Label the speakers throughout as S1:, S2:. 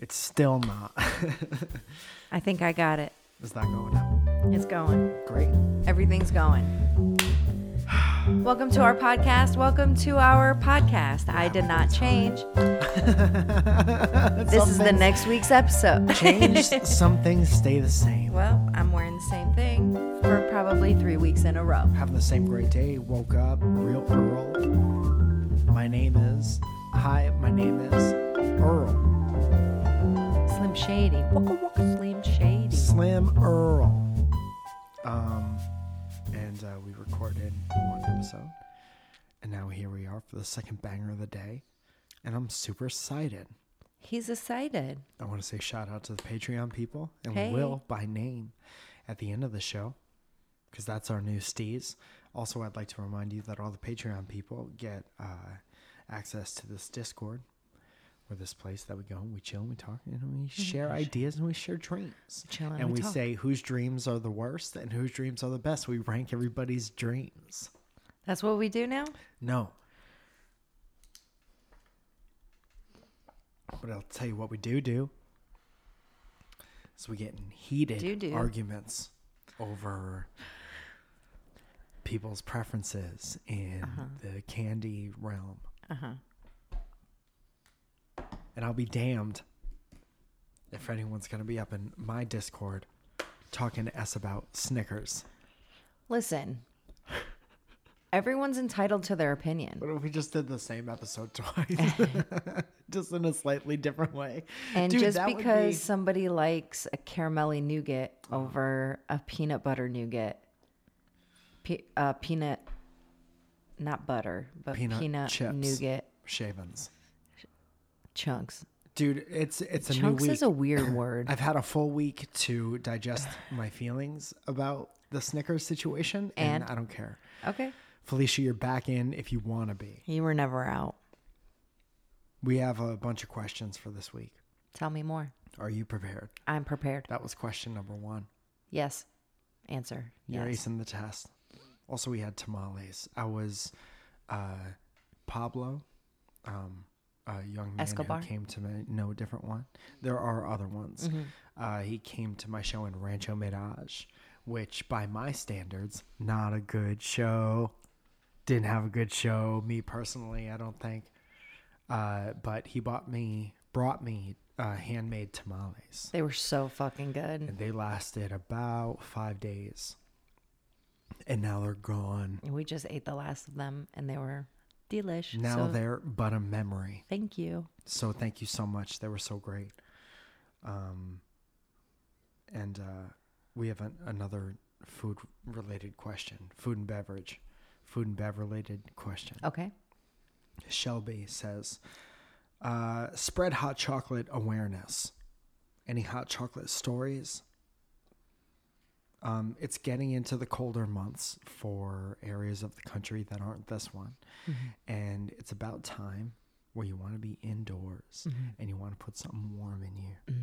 S1: It's still not.
S2: I think I got it.
S1: it's not going out.
S2: It's going.
S1: Great.
S2: Everything's going. Welcome to our podcast. Welcome to our podcast. I did not change. This is the
S1: Something
S2: next week's episode.
S1: Change some things stay the same.
S2: Well, I'm wearing the same thing for probably three weeks in a row.
S1: Having the same great day. Woke up. Real Earl. My name is. Hi, my name is Earl.
S2: Slim Shady. Waka waka Slim Shady.
S1: Slim Earl. Um, and uh, we recorded one episode, and now here we are for the second banger of the day, and I'm super excited.
S2: He's excited.
S1: I want to say shout out to the Patreon people, and
S2: Hey.
S1: we will by name at the end of the show, because that's our new steez. Also, I'd like to remind you that all the Patreon people get uh, access to this Discord, or this place that we go and we chill and we talk and we share ideas and we share dreams.
S2: Mm-hmm. Chill and
S1: and
S2: we
S1: we
S2: talk.
S1: say whose dreams are the worst and whose dreams are the best. We rank everybody's dreams.
S2: That's what we do now?
S1: No. But I'll tell you what we do do. So we get in heated
S2: Do do.
S1: arguments over people's preferences in the candy realm.
S2: Uh-huh.
S1: And I'll be damned if anyone's going to be up in my Discord talking to us about Snickers.
S2: Listen. Everyone's entitled to their opinion.
S1: What if we just did the same episode twice? just in a slightly different way.
S2: And
S1: Dude,
S2: just
S1: that would
S2: because
S1: be-
S2: somebody likes a caramelly nougat over a peanut butter nougat, pe- uh, peanut, not butter, but
S1: Peanut
S2: peanut,
S1: chips.
S2: nougat
S1: Shavens.
S2: chunks.
S1: Dude, it's it's a
S2: chunks
S1: new week.
S2: is a weird word.
S1: I've had a full week to digest my feelings about the Snickers situation, and,
S2: And?
S1: I don't care.
S2: okay.
S1: Felicia, you're back in if you want to be.
S2: You were never out.
S1: We have a bunch of questions for this week.
S2: Tell me more.
S1: Are you prepared?
S2: I'm prepared.
S1: That was question number one.
S2: Yes. Answer.
S1: You're
S2: yes.
S1: acing the test. Also, we had tamales. I was uh, Pablo, um, a young man
S2: Escobar?
S1: who
S2: Mm-hmm.
S1: came to my no different one. There are other ones. Uh, he came to my show in Rancho Mirage, which by my standards, not a good show. Didn't have a good show. Me personally, I don't think. Uh, but he bought me, brought me uh, handmade tamales
S2: They were so fucking good.
S1: and they lasted about five days and now they're gone
S2: We just ate the last of them and they were delish.
S1: now
S2: so
S1: they're but a memory
S2: thank you.
S1: so thank you so much they were so great um and uh we have an, another food related question food and beverage food and bev related question
S2: Okay.
S1: shelby says uh spread hot chocolate awareness any hot chocolate stories um, it's getting into the colder months for areas of the country that aren't this one. And it's about time where you want to be indoors and you want to put something warm in you.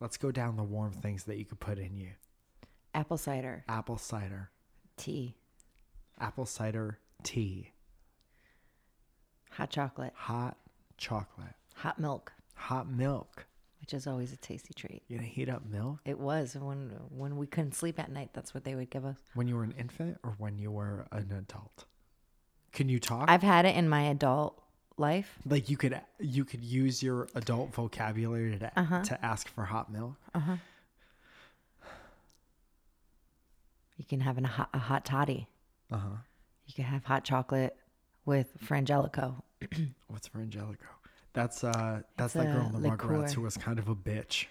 S1: Let's go down the warm things that you could put in you
S2: Apple cider,
S1: apple cider,
S2: tea,
S1: apple cider tea,
S2: hot chocolate,
S1: hot chocolate,
S2: hot milk,
S1: hot milk.
S2: which is always a tasty treat.
S1: You gonna heat up milk
S2: It was when when we couldn't sleep at night. That's what they would give us.
S1: when you were an infant or when you were an adult? Can you talk?
S2: I've had it in my adult life.
S1: like you could you could use your adult vocabulary to,
S2: Uh-huh.
S1: to ask for hot milk
S2: You can have an, a, hot, a hot toddy.
S1: uh-huh
S2: You can have hot chocolate with frangelico.
S1: what's for angelico that's uh that's that
S2: a
S1: girl in the
S2: liqueur.
S1: rugrats who was kind of a bitch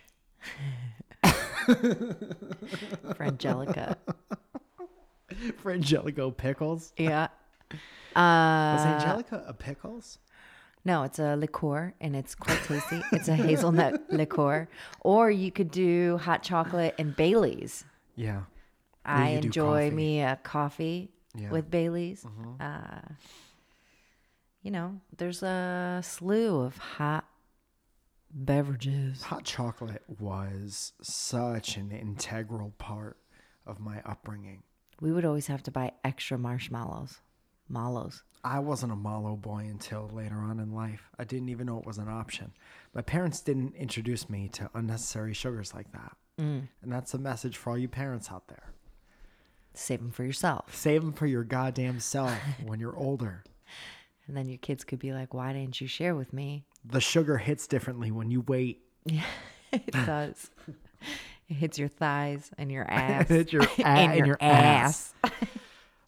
S2: Frangelico.
S1: for angelico pickles
S2: yeah.
S1: was
S2: Uh,
S1: angelica a pickles
S2: no, it's a liqueur and it's quite tasty. it's a hazelnut liqueur. Or you could do hot chocolate and Bailey's.
S1: yeah Or you
S2: I
S1: could do
S2: enjoy
S1: coffee.
S2: me a coffee
S1: Yeah. Mm-hmm.
S2: with Bailey's. Uh, you know, there's a slew of hot beverages.
S1: hot chocolate was such an integral part of my upbringing
S2: We would always have to buy extra marshmallows. Malos.
S1: I wasn't a Malo boy until later on in life. I didn't even know it was an option. My parents didn't introduce me to unnecessary sugars like that.
S2: Mm.
S1: And that's a message for all you parents out there.
S2: Save them for yourself.
S1: Save them for your goddamn self when you're older.
S2: And then your kids could be like, why didn't you share with me?
S1: The sugar hits differently when you wait.
S2: It does. it hits your thighs and your ass.
S1: hits your a-
S2: and
S1: and
S2: your,
S1: your
S2: ass.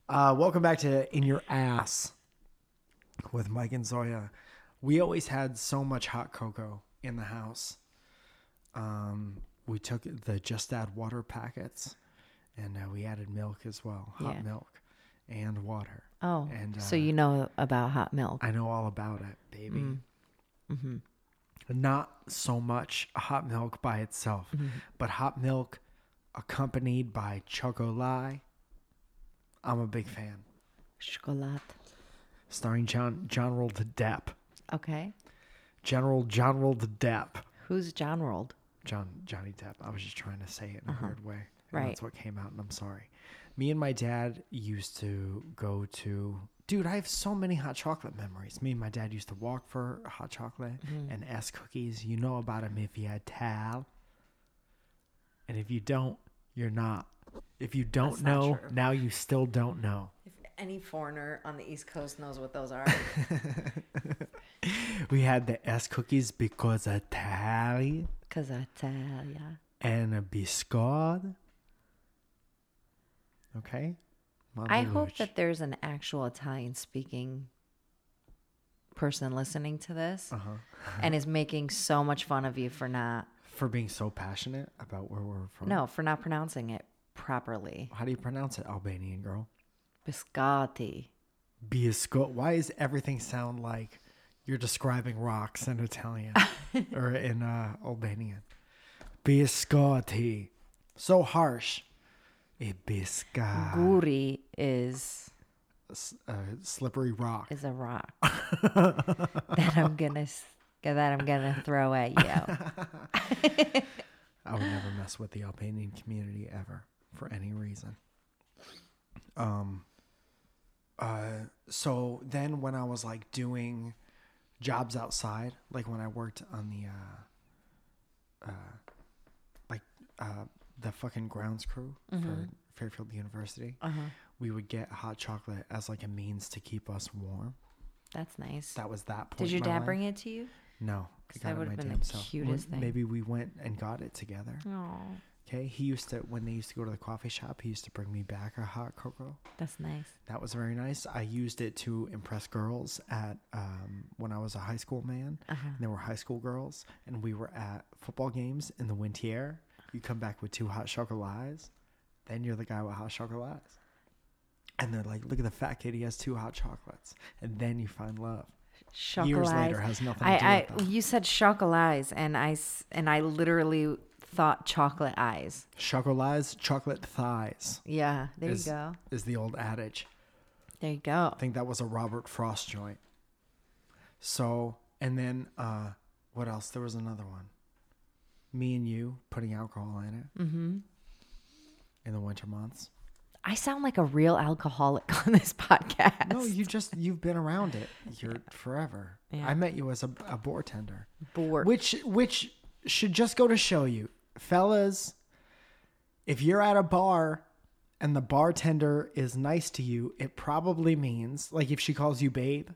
S1: Uh, welcome back to In Your Ass with Mike and Zoya. We always had so much hot cocoa in the house. Um, we took the Just Add Water packets and uh, we added milk as well, hot
S2: Yeah.
S1: milk and water.
S2: Oh,
S1: And,
S2: so
S1: uh,
S2: you know about hot milk.
S1: I know all about it, baby. Not so much hot milk by itself, but hot milk accompanied by chocolate. I'm a big fan.
S2: Chocolate.
S1: Starring John General Depp.
S2: Okay.
S1: General General Depp.
S2: Who's John Rolled?
S1: John Johnny Depp. I was just trying to say it in a weird way. and
S2: Uh-huh. Right.
S1: That's what came out, and I'm sorry. Me and my dad used to go to. Dude, I have so many hot chocolate memories. Me and my dad used to walk for hot chocolate
S2: Mm-hmm.
S1: and S cookies. You know about him if you had Tal. And if you don't, you're not. If you don't
S2: That's not
S1: know,
S2: true.
S1: now you still don't know.
S2: If any foreigner on the East Coast knows what those are,
S1: We had the S cookies because Italian
S2: because I tell ya.
S1: and a biscuit. Okay.
S2: I hope
S1: Mammelucci.
S2: that there's an actual Italian speaking person listening to this
S1: Uh-huh.
S2: and is making so much fun of you for not,
S1: for being so passionate about where we're from.
S2: no, for not pronouncing it properly.
S1: How do you pronounce it, Albanian girl?
S2: Biscotti.
S1: Bisco. Why does everything sound like you're describing rocks in Italian or in uh, Albanian? Biscotti. So harsh. A bisca.
S2: Guri is
S1: S- uh, slippery rock.
S2: is a rock that I'm gonna s- that I'm gonna throw at you.
S1: I would never mess with the Albanian community ever for any reason. Um, uh, so then when I was like doing jobs outside, like when I worked on the, uh, uh, like, uh, the fucking grounds crew
S2: Mm-hmm.
S1: for Fairfield University,
S2: Uh-huh.
S1: we would get hot chocolate as like a means to keep us warm.
S2: That's nice.
S1: That was that point.
S2: Did your
S1: in my
S2: dad
S1: life.
S2: bring it to you?
S1: No, I
S2: that
S1: got it
S2: would've
S1: my
S2: been the
S1: damn self. We-
S2: cutest thing.
S1: Maybe we went and got it together.
S2: Oh,
S1: Okay, he used to when they used to go to the coffee shop. He used to bring me back a hot cocoa.
S2: that's nice.
S1: That was very nice. I used it to impress girls at um, when I was a high school man.
S2: Uh-huh.
S1: And there were high school girls, and we were at football games in the winter. You come back with two hot chocolates, then you're the guy with hot chocolates, and they're like, "Look at the fat kid; he has two hot chocolates." And then you find love.
S2: Chocolate.
S1: later has nothing to
S2: I,
S1: do
S2: I,
S1: with them.
S2: You said chocolates, and I s- and I literally thought chocolate eyes.
S1: Chocolates, chocolate thighs.
S2: Yeah, there
S1: is,
S2: you go.
S1: Is the old adage.
S2: There you go.
S1: I think that was a Robert Frost joint. So, and then uh, what else? There was another one. Me and you putting alcohol in it. Mm-hmm. In the winter months.
S2: I sound like a real alcoholic on this podcast.
S1: No, you just you've been around it. You're forever.
S2: Yeah.
S1: I met you as a, a bartender,
S2: Bork.
S1: which which should just go to show you, fellas. If you're at a bar and the bartender is nice to you, it probably means like if she calls you babe,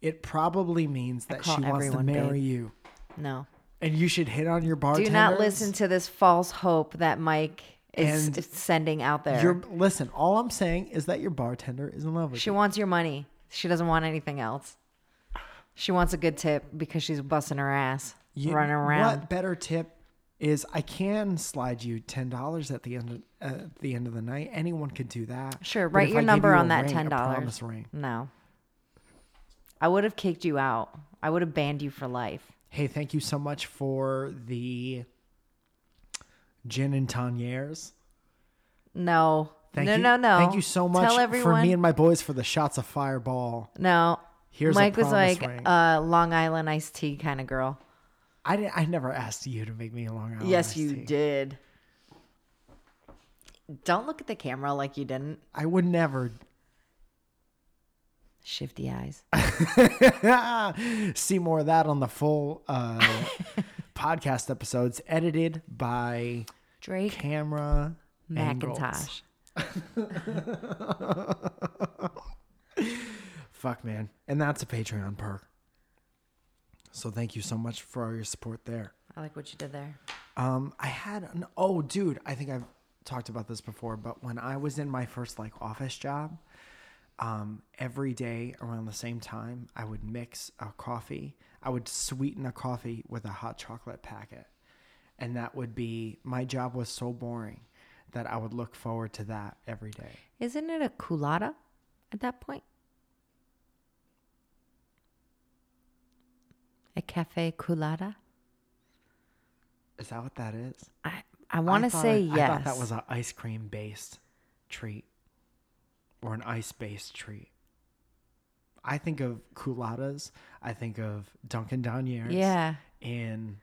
S1: it probably means that
S2: call
S1: she wants to
S2: everyone babe.
S1: marry you.
S2: no.
S1: And you should hit on your
S2: Do
S1: bartender.
S2: not listen to this false hope that Mike is
S1: And
S2: is sending out there.
S1: Your listen. All I'm saying is that your bartender is in love with
S2: She
S1: you.
S2: wants your money. She doesn't want anything else. She wants a good tip because she's busting her ass
S1: You-
S2: running around.
S1: What better tip is I can slide you ten dollars at the end of, at the end of the night. Anyone could do that.
S2: Sure,
S1: But
S2: write
S1: if
S2: your
S1: I give
S2: number
S1: you a
S2: on that
S1: ring,
S2: ten
S1: a
S2: dollars.
S1: Promise ring.
S2: No. I would have kicked you out. I would have banned you for life.
S1: Hey, thank you so much for the gin and toniers.
S2: No.
S1: Thank
S2: no,
S1: you.
S2: no, no.
S1: Thank you so much
S2: Tell everyone.
S1: for me and my boys for the shots of Fireball.
S2: no.
S1: Here's a
S2: Mike was
S1: promise
S2: like
S1: ring.
S2: a Long Island iced tea kind of girl.
S1: I didn't, I never asked you to make me a Long Island.
S2: yes,
S1: Oh, iced
S2: you
S1: tea.
S2: did. Don't look at the camera like you didn't.
S1: I would never.
S2: Shifty eyes.
S1: See more of that on the full uh, podcast episodes, edited by
S2: Drake
S1: Camera Angles.
S2: McIntosh.
S1: Fuck, man. And that's a Patreon perk. So thank you so much for all your support there.
S2: I like what you did there.
S1: Um, I had an oh, dude. I think I've talked about this before, but when I was in my first like office job, um, every day around the same time, I would mix a coffee. I would sweeten a coffee with a hot chocolate packet, and that would be my job was so boring that I would look forward to that every day.
S2: Isn't it a culotta at that point? A cafe culotta?
S1: Is that what that is?
S2: I I want to
S1: thought
S2: say
S1: it- I
S2: yes.
S1: thought that was an ice cream based treat or an ice based treat. I think of culottes. I think of Dunkin' Doniers
S2: yeah.
S1: in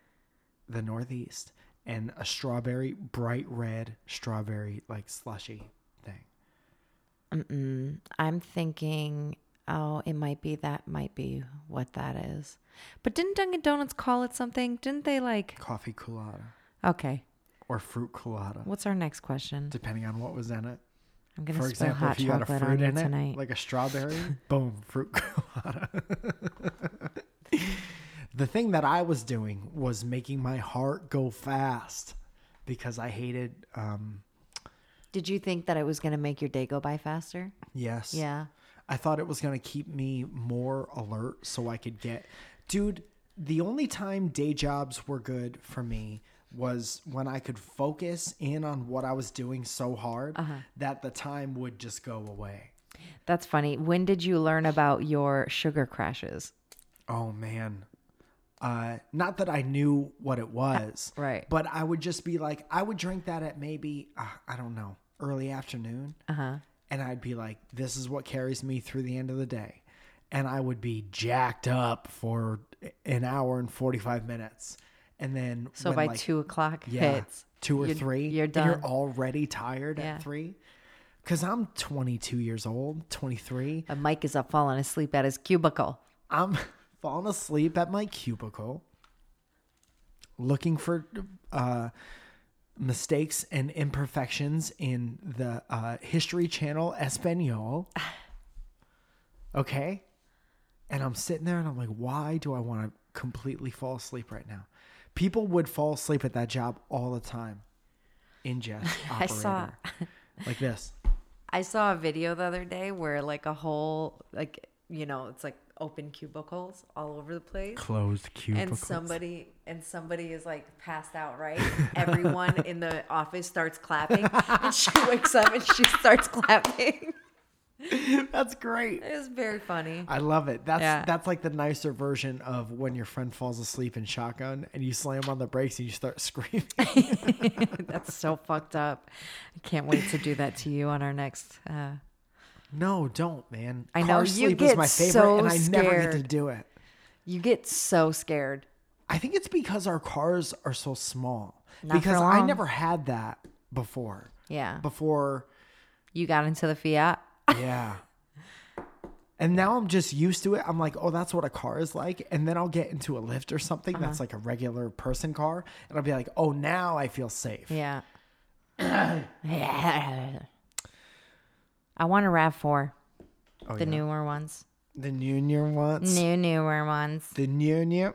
S1: the Northeast and a strawberry, bright red strawberry, like slushy thing.
S2: Mm-mm. I'm thinking, oh, it might be that might be what that is. But didn't Dunkin' Donuts call it something? Didn't they like?
S1: Coffee culotta
S2: Okay,
S1: or fruit culotta,
S2: what's our next question?
S1: depending on what was in it.
S2: I'm gonna
S1: For
S2: spill
S1: example,
S2: hot
S1: if you got a
S2: chocolate on
S1: fruit
S2: you
S1: in it,
S2: tonight.
S1: like a strawberry, boom, fruit colada. the thing that I was doing was making my heart go fast because I hated. Um,
S2: Did you think that it was gonna make your day go by faster?
S1: yes.
S2: Yeah.
S1: I thought it was going to keep me more alert so I could get. Dude, the only time day jobs were good for me was when I could focus in on what I was doing so hard
S2: Uh-huh.
S1: that the time would just go away.
S2: That's funny. When did you learn about your sugar crashes?
S1: Oh man. Uh, not that I knew what it was,
S2: right.
S1: But I would just be like, I would drink that at maybe uh, I don't know, early afternoon, uh-huh. and I'd be like, this is what carries me through the end of the day, and I would be jacked up for an hour and forty five minutes, and then
S2: So
S1: when,
S2: by
S1: like,
S2: two o'clock
S1: yeah,
S2: hits,
S1: two or
S2: you're-
S1: three,
S2: you're
S1: and
S2: done.
S1: you're already tired
S2: Yeah.
S1: at three, because I'm twenty two years old, twenty three.
S2: And Mike is up falling asleep at his cubicle.
S1: I'm falling asleep at my cubicle looking for uh, mistakes and imperfections in the uh, History Channel Espanol. Okay? And I'm sitting there and I'm like, why do I want to completely fall asleep right now? People would fall asleep at that job all the time. Ingest operator.
S2: I saw-
S1: like this.
S2: I saw a video the other day where like a whole like you know it's like open cubicles all over the place.
S1: Closed cubicle.
S2: and somebody and somebody is like passed out right everyone in the office starts clapping and she wakes up and she starts clapping
S1: That's great.
S2: it was very funny
S1: I love it. That's
S2: Yeah.
S1: that's like the nicer version of when your friend falls asleep in shotgun and you slam on the brakes and you start screaming.
S2: that's so fucked up i can't wait to do that to you on our next uh
S1: no, don't, man.
S2: I know,
S1: Car
S2: you
S1: sleep is
S2: get
S1: my favorite,
S2: so
S1: and I never get to
S2: scared.
S1: do it.
S2: you get so scared
S1: I think it's because our cars are so small.
S2: Not for
S1: because I
S2: long.
S1: never had that before.
S2: yeah
S1: Before,
S2: you got into the fiat
S1: yeah. And now I'm just used to it. I'm like, oh, that's what a car is like. And then I'll get into a lift or something that's
S2: Uh-huh.
S1: like a regular person car, and I'll be like, oh, now I feel safe.
S2: yeah i want a rav4
S1: Oh,
S2: the
S1: yeah.
S2: newer ones
S1: The union wants.
S2: new newer ones
S1: The new new.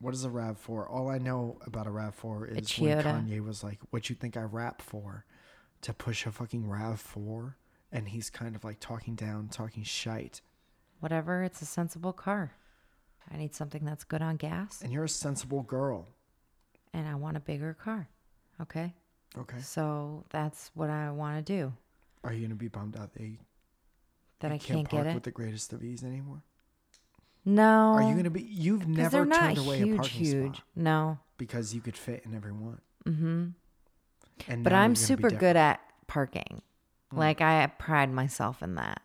S1: What is a rap for? All I know about a rap for is when
S2: Toyota.
S1: Kanye was like, "What you think I rap for?" To push a fucking Rav Four, and he's kind of like talking down, talking shite.
S2: whatever it's a sensible car i need something that's good on gas
S1: And you're a sensible girl,
S2: and I want a bigger car. Okay.
S1: okay?
S2: So that's what I want to do.
S1: Are you gonna be bummed out that you
S2: That I
S1: can't,
S2: can't,
S1: park
S2: get it.
S1: with the greatest of ease anymore?
S2: no.
S1: Are you gonna be? You've
S2: 'cause
S1: never
S2: they're not
S1: turned away
S2: huge,
S1: a parking
S2: huge.
S1: spot
S2: No.
S1: because you could fit in every one. Mm-hmm. And
S2: But
S1: now you're
S2: I'm
S1: gonna be
S2: super
S1: different. Mm.
S2: good at parking. Like I pride myself in that.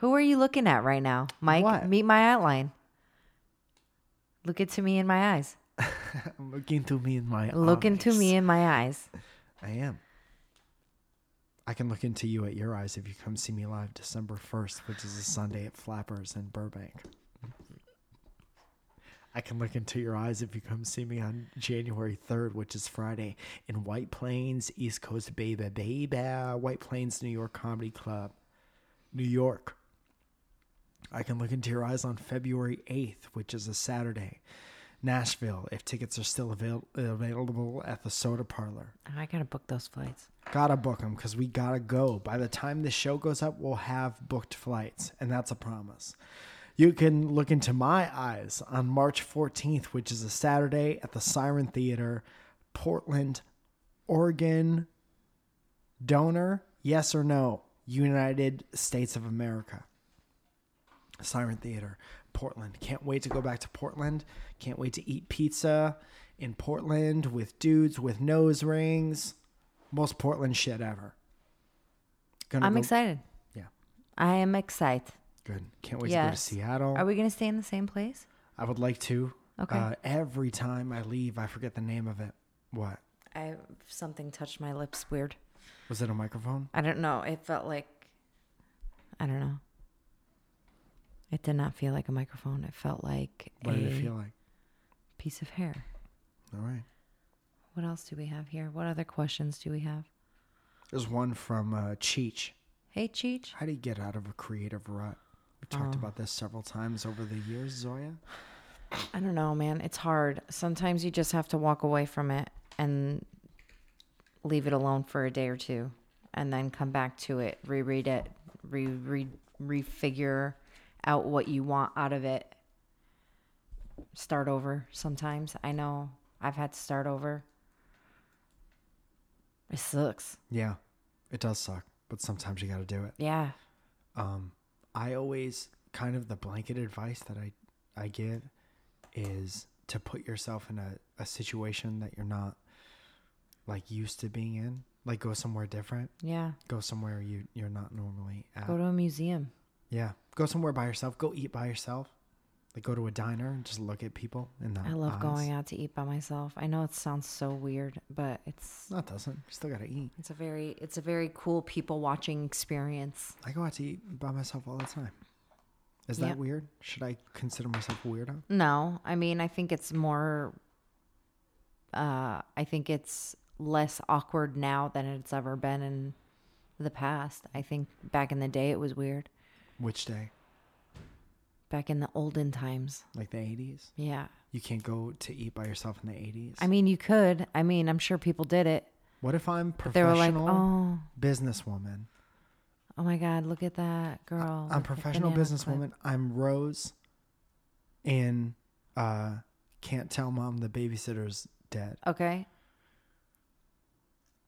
S2: Who are you looking at right now? Mike,
S1: What?
S2: meet my outline. Look into me in my eyes.
S1: Look into me in my
S2: Look into
S1: eyes.
S2: me in my eyes.
S1: I am. I can look into you at your eyes if you come see me live December 1st, which is a Sunday at Flappers in Burbank. I can look into your eyes if you come see me on January 3rd, which is Friday, in White Plains, East Coast, baby, baby, White Plains, New York Comedy Club, New York. I can look into your eyes on February 8th, which is a Saturday, Nashville, if tickets are still avail- available at the Soda Parlor.
S2: Oh, I gotta book those flights.
S1: Gotta book them because we gotta go. By the time the show goes up, we'll have booked flights, and that's a promise. You can look into my eyes on March 14th, which is a Saturday at the Siren Theater, Portland, Oregon. Donor, yes or no? United States of America. Siren Theater, Portland. Can't wait to go back to Portland. Can't wait to eat pizza in Portland with dudes with nose rings. Most Portland shit ever. Gonna
S2: I'm
S1: go-
S2: excited.
S1: Yeah,
S2: I am excited.
S1: good. Can't wait
S2: Yes.
S1: to go to Seattle.
S2: Are we gonna stay in the same place?
S1: I would like to.
S2: Okay.
S1: Uh, every time I leave, I forget the name of it. What?
S2: I something touched my lips weird.
S1: Was it a microphone?
S2: I don't know. It felt like I don't know. It did not feel like a microphone. It felt like
S1: What
S2: a
S1: did it feel like?
S2: piece of hair.
S1: All right.
S2: What else do we have here? What other questions do we have?
S1: There's one from uh, Cheech.
S2: Hey, Cheech.
S1: How do you get out of a creative rut? We
S2: Oh.
S1: talked about this several times over the years, Zoya.
S2: I don't know, man. It's hard. Sometimes you just have to walk away from it and leave it alone for a day or two and then come back to it, reread it, re re refigure out what you want out of it. Start over sometimes. I know I've had to start over. It sucks.
S1: Yeah, it does suck, but sometimes you got to do it.
S2: Yeah.
S1: um, I always kind of the blanket advice that I I give is to put yourself in a, a situation that you're not like used to being in. Like go somewhere different.
S2: Yeah.
S1: Go somewhere you you're not normally at.
S2: Go to a museum.
S1: yeah. Go somewhere by yourself. Go eat by yourself. Like go to a diner and just look at people in the
S2: I love
S1: eyes.
S2: going out to eat by myself. I know it sounds so weird, but it's
S1: No, it doesn't. You still gotta eat.
S2: It's a very it's a very cool people watching experience.
S1: I go out to eat by myself all the time. Is
S2: Yeah.
S1: that weird? Should I consider myself a weirdo?
S2: No, I mean I think it's more uh I think it's less awkward now than it's ever been in the past. I think back in the day it was weird.
S1: Which day?
S2: Back in the olden times.
S1: Like the eighties?
S2: Yeah.
S1: You can't go to eat by yourself in the 80s.
S2: I mean you could. I mean I'm sure people did it.
S1: what if I'm
S2: But they were
S1: professional
S2: like, "Oh,
S1: businesswoman?
S2: oh my god, look at that
S1: I'm
S2: girl." with the
S1: professional
S2: banana clip."
S1: businesswoman. I'm Rose in uh Can't Tell Mom the Babysitter's Dead.
S2: Okay.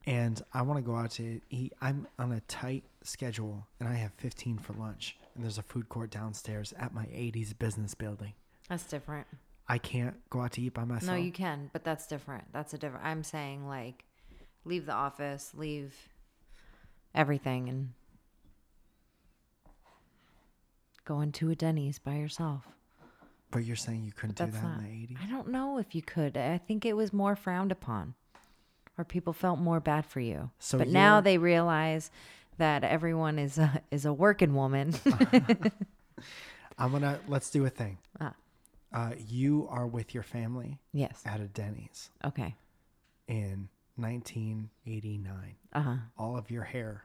S1: And I want to go out to eat. I'm on a tight schedule and I have 15 for lunch. And there's a food court downstairs at my 80s business building.
S2: That's different.
S1: I can't go out to eat by myself.
S2: No, you can, but that's different. That's a different. I'm saying like, leave the office, leave everything, and go into a Denny's by yourself.
S1: but you're saying you couldn't do
S2: That's
S1: that
S2: not.
S1: in the 80s?
S2: I don't know if you could. I think it was more frowned upon, or people felt more bad for you.
S1: So
S2: but now
S1: you're-
S2: they realize that everyone is a, is a working woman.
S1: Uh-huh. I'm going to, let's do a thing.
S2: Ah.
S1: Uh, you are with your family
S2: yes.
S1: at a Denny's.
S2: Okay.
S1: in 1989.
S2: Uh huh.
S1: All of your hair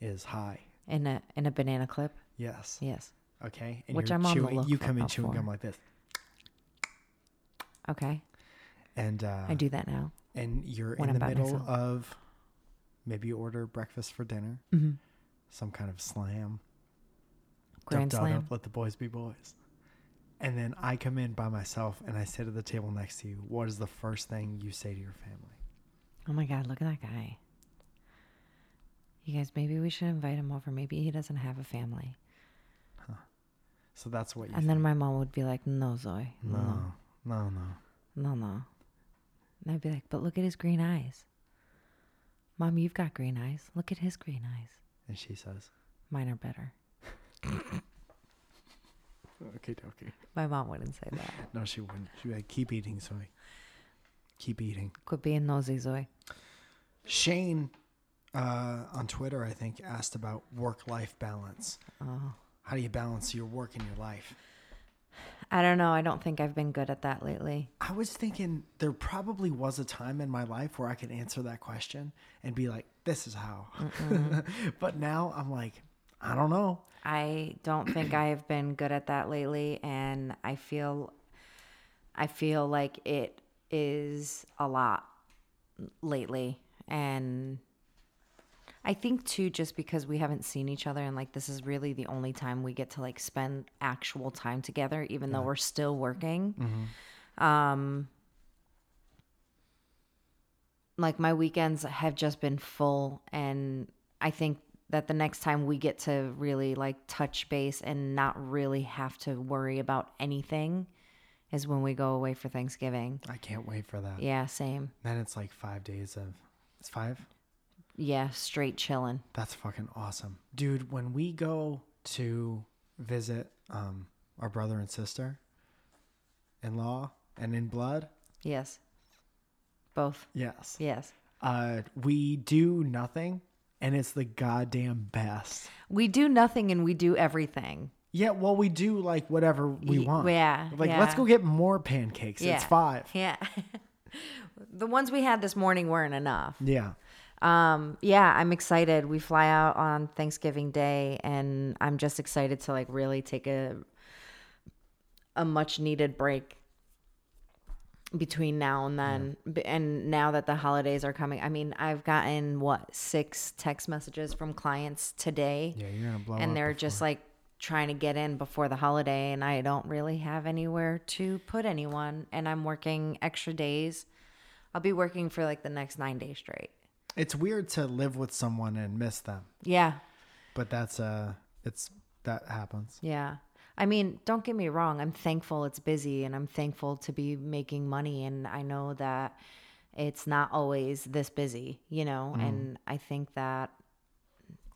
S1: is high.
S2: In a in a banana clip.
S1: Yes.
S2: Yes.
S1: Okay. And
S2: Which
S1: you're
S2: I'm on the
S1: chewing, You come in
S2: lookout
S1: chewing
S2: for.
S1: gum like this,
S2: Okay.
S1: and uh,
S2: I do that now.
S1: and you're in
S2: when I'm
S1: the
S2: by
S1: middle
S2: myself.
S1: of maybe you order breakfast for dinner,
S2: Mm-hmm.
S1: some kind of slam,
S2: Grand
S1: Dub, dub,
S2: slam.
S1: dub, let the boys be boys. And then I come in by myself and I sit at the table next to you. What is the first thing you say to your family?
S2: Oh my God, look at that guy. You guys, maybe we should invite him over. Maybe he doesn't have a family.
S1: So that's what you.
S2: And then my mom would be like, no, Zoe.
S1: no,
S2: No,
S1: no, no.
S2: no, no. And I'd be like, but look at his green eyes. Mom, you've got green eyes. Look at his green eyes.
S1: And she says,
S2: Mine are better.
S1: "Okay, okay."
S2: My mom wouldn't say that.
S1: No, she wouldn't. She would keep eating, Zoe. Keep eating.
S2: Quit being nosy, Zoe.
S1: Shane uh, on Twitter, I think, asked about work life balance.
S2: Oh.
S1: How do you balance your work and your life?
S2: I don't know. I don't think I've been good at that lately.
S1: I was thinking there probably was a time in my life where I could answer that question and be like, this is how. but now I'm like, I don't know.
S2: I don't think I have been good at that lately and I feel I feel like it is a lot lately and I think too just because we haven't seen each other and like this is really the only time we get to like spend actual time together even though we're still working. Um like my weekends have just been full and i think that the next time we get to really like touch base and not really have to worry about anything is when we go away for thanksgiving
S1: I can't wait for that.
S2: yeah same
S1: Then it's like five days of, it's five?
S2: yeah straight chilling
S1: That's fucking awesome. Dude, when we go to visit um, our brother and sister in law and in blood,
S2: yes both
S1: yes,
S2: yes
S1: uh, we do nothing and it's the goddamn best.
S2: we do nothing and we do everything
S1: Yeah, well, we do like whatever we
S2: Y-
S1: want.
S2: yeah,
S1: Like,
S2: yeah.
S1: let's go get more pancakes.
S2: yeah
S1: It's five.
S2: yeah the ones we had this morning weren't enough
S1: Yeah.
S2: Um, yeah, I'm excited. We fly out on Thanksgiving Day, and I'm just excited to like really take a a much needed break between now and then. B And now that the holidays are coming, I mean, I've gotten what six text messages from clients today,
S1: Yeah, you're going to blow up.
S2: and they're just like trying to get in before the holiday, and I don't really have anywhere to put anyone, and I'm working extra days. I'll be working for like the next nine days straight.
S1: It's weird to live with someone and miss them,
S2: Yeah.
S1: but that's, uh, it's, that happens.
S2: Yeah. I mean, don't get me wrong. I'm thankful it's busy and I'm thankful to be making money. And I know that it's not always this busy, you know? And I think that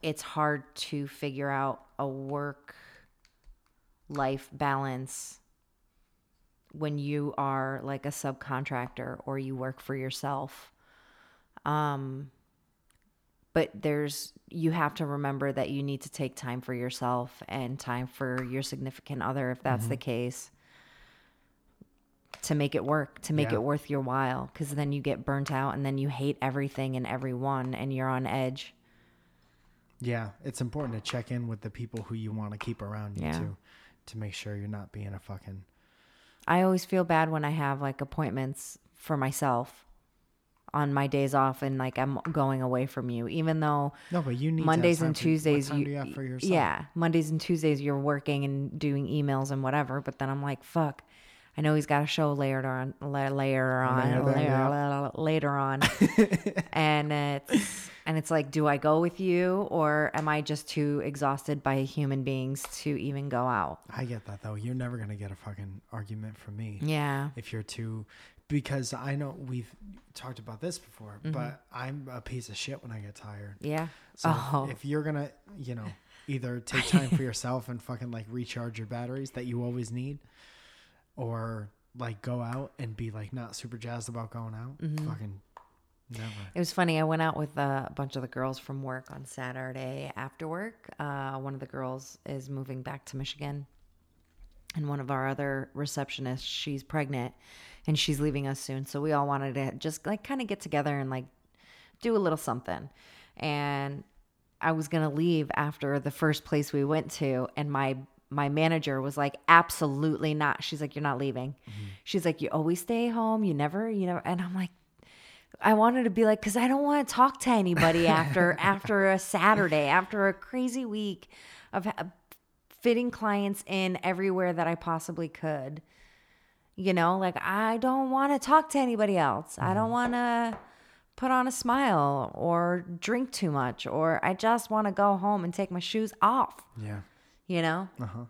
S2: it's hard to figure out a work life balance when you are like a subcontractor or you work for yourself. Um, but there's you have to remember that you need to take time for yourself and time for your significant other if that's the case to make it work to make
S1: Yeah.
S2: it worth your while because then you get burnt out and then you hate everything and everyone and you're on edge
S1: Yeah, it's important to check in with the people who you want to keep around you
S2: Yeah.
S1: to to make sure you're not being a fucking
S2: I always feel bad when I have like appointments for myself on my days off and like I'm going away from you, even though
S1: No, but you need to have
S2: Mondays
S1: time
S2: and
S1: for- what
S2: Tuesdays
S1: time do you have for yourself?
S2: Yeah, Mondays and Tuesdays you're working and doing emails and whatever. But then I'm like, fuck. I know he's got a show layered on, la- layer on,
S1: Layer
S2: layer,
S1: that
S2: later on, and it's and it's like, do I go with you or am I just too exhausted by human beings to even go out?
S1: I get that though. You're never gonna get a fucking argument from me
S2: Yeah,
S1: if you're too because I know we've talked about this before, but I'm a piece of shit when I get tired.
S2: Mm-hmm. yeah.
S1: So if-
S2: oh,
S1: if you're gonna, you know, either take time for yourself and fucking like recharge your batteries that you always need, or like go out and be like not super jazzed about going out,
S2: Mm-hmm.
S1: fucking never.
S2: It was funny. I went out with uh, a bunch of the girls from work on Saturday after work. Uh, one of the girls is moving back to Michigan. And one of our other receptionists, she's pregnant and she's leaving us soon. So we all wanted to just like kind of get together and like do a little something. And I was going to leave after the first place we went to. And my, my manager was like, absolutely not. She's like, you're not leaving. She's like, you always stay home. You never, you know. And I'm like, I wanted to be like, because I don't want to talk to anybody after after a Saturday, after a crazy week of ha- fitting clients in everywhere that I possibly could. You know, like I don't want to talk to anybody else. I don't want to put on a smile or drink too much, or I just want to go home and take my shoes off.
S1: Yeah.
S2: You know. Uh
S1: Uh-huh.
S2: huh.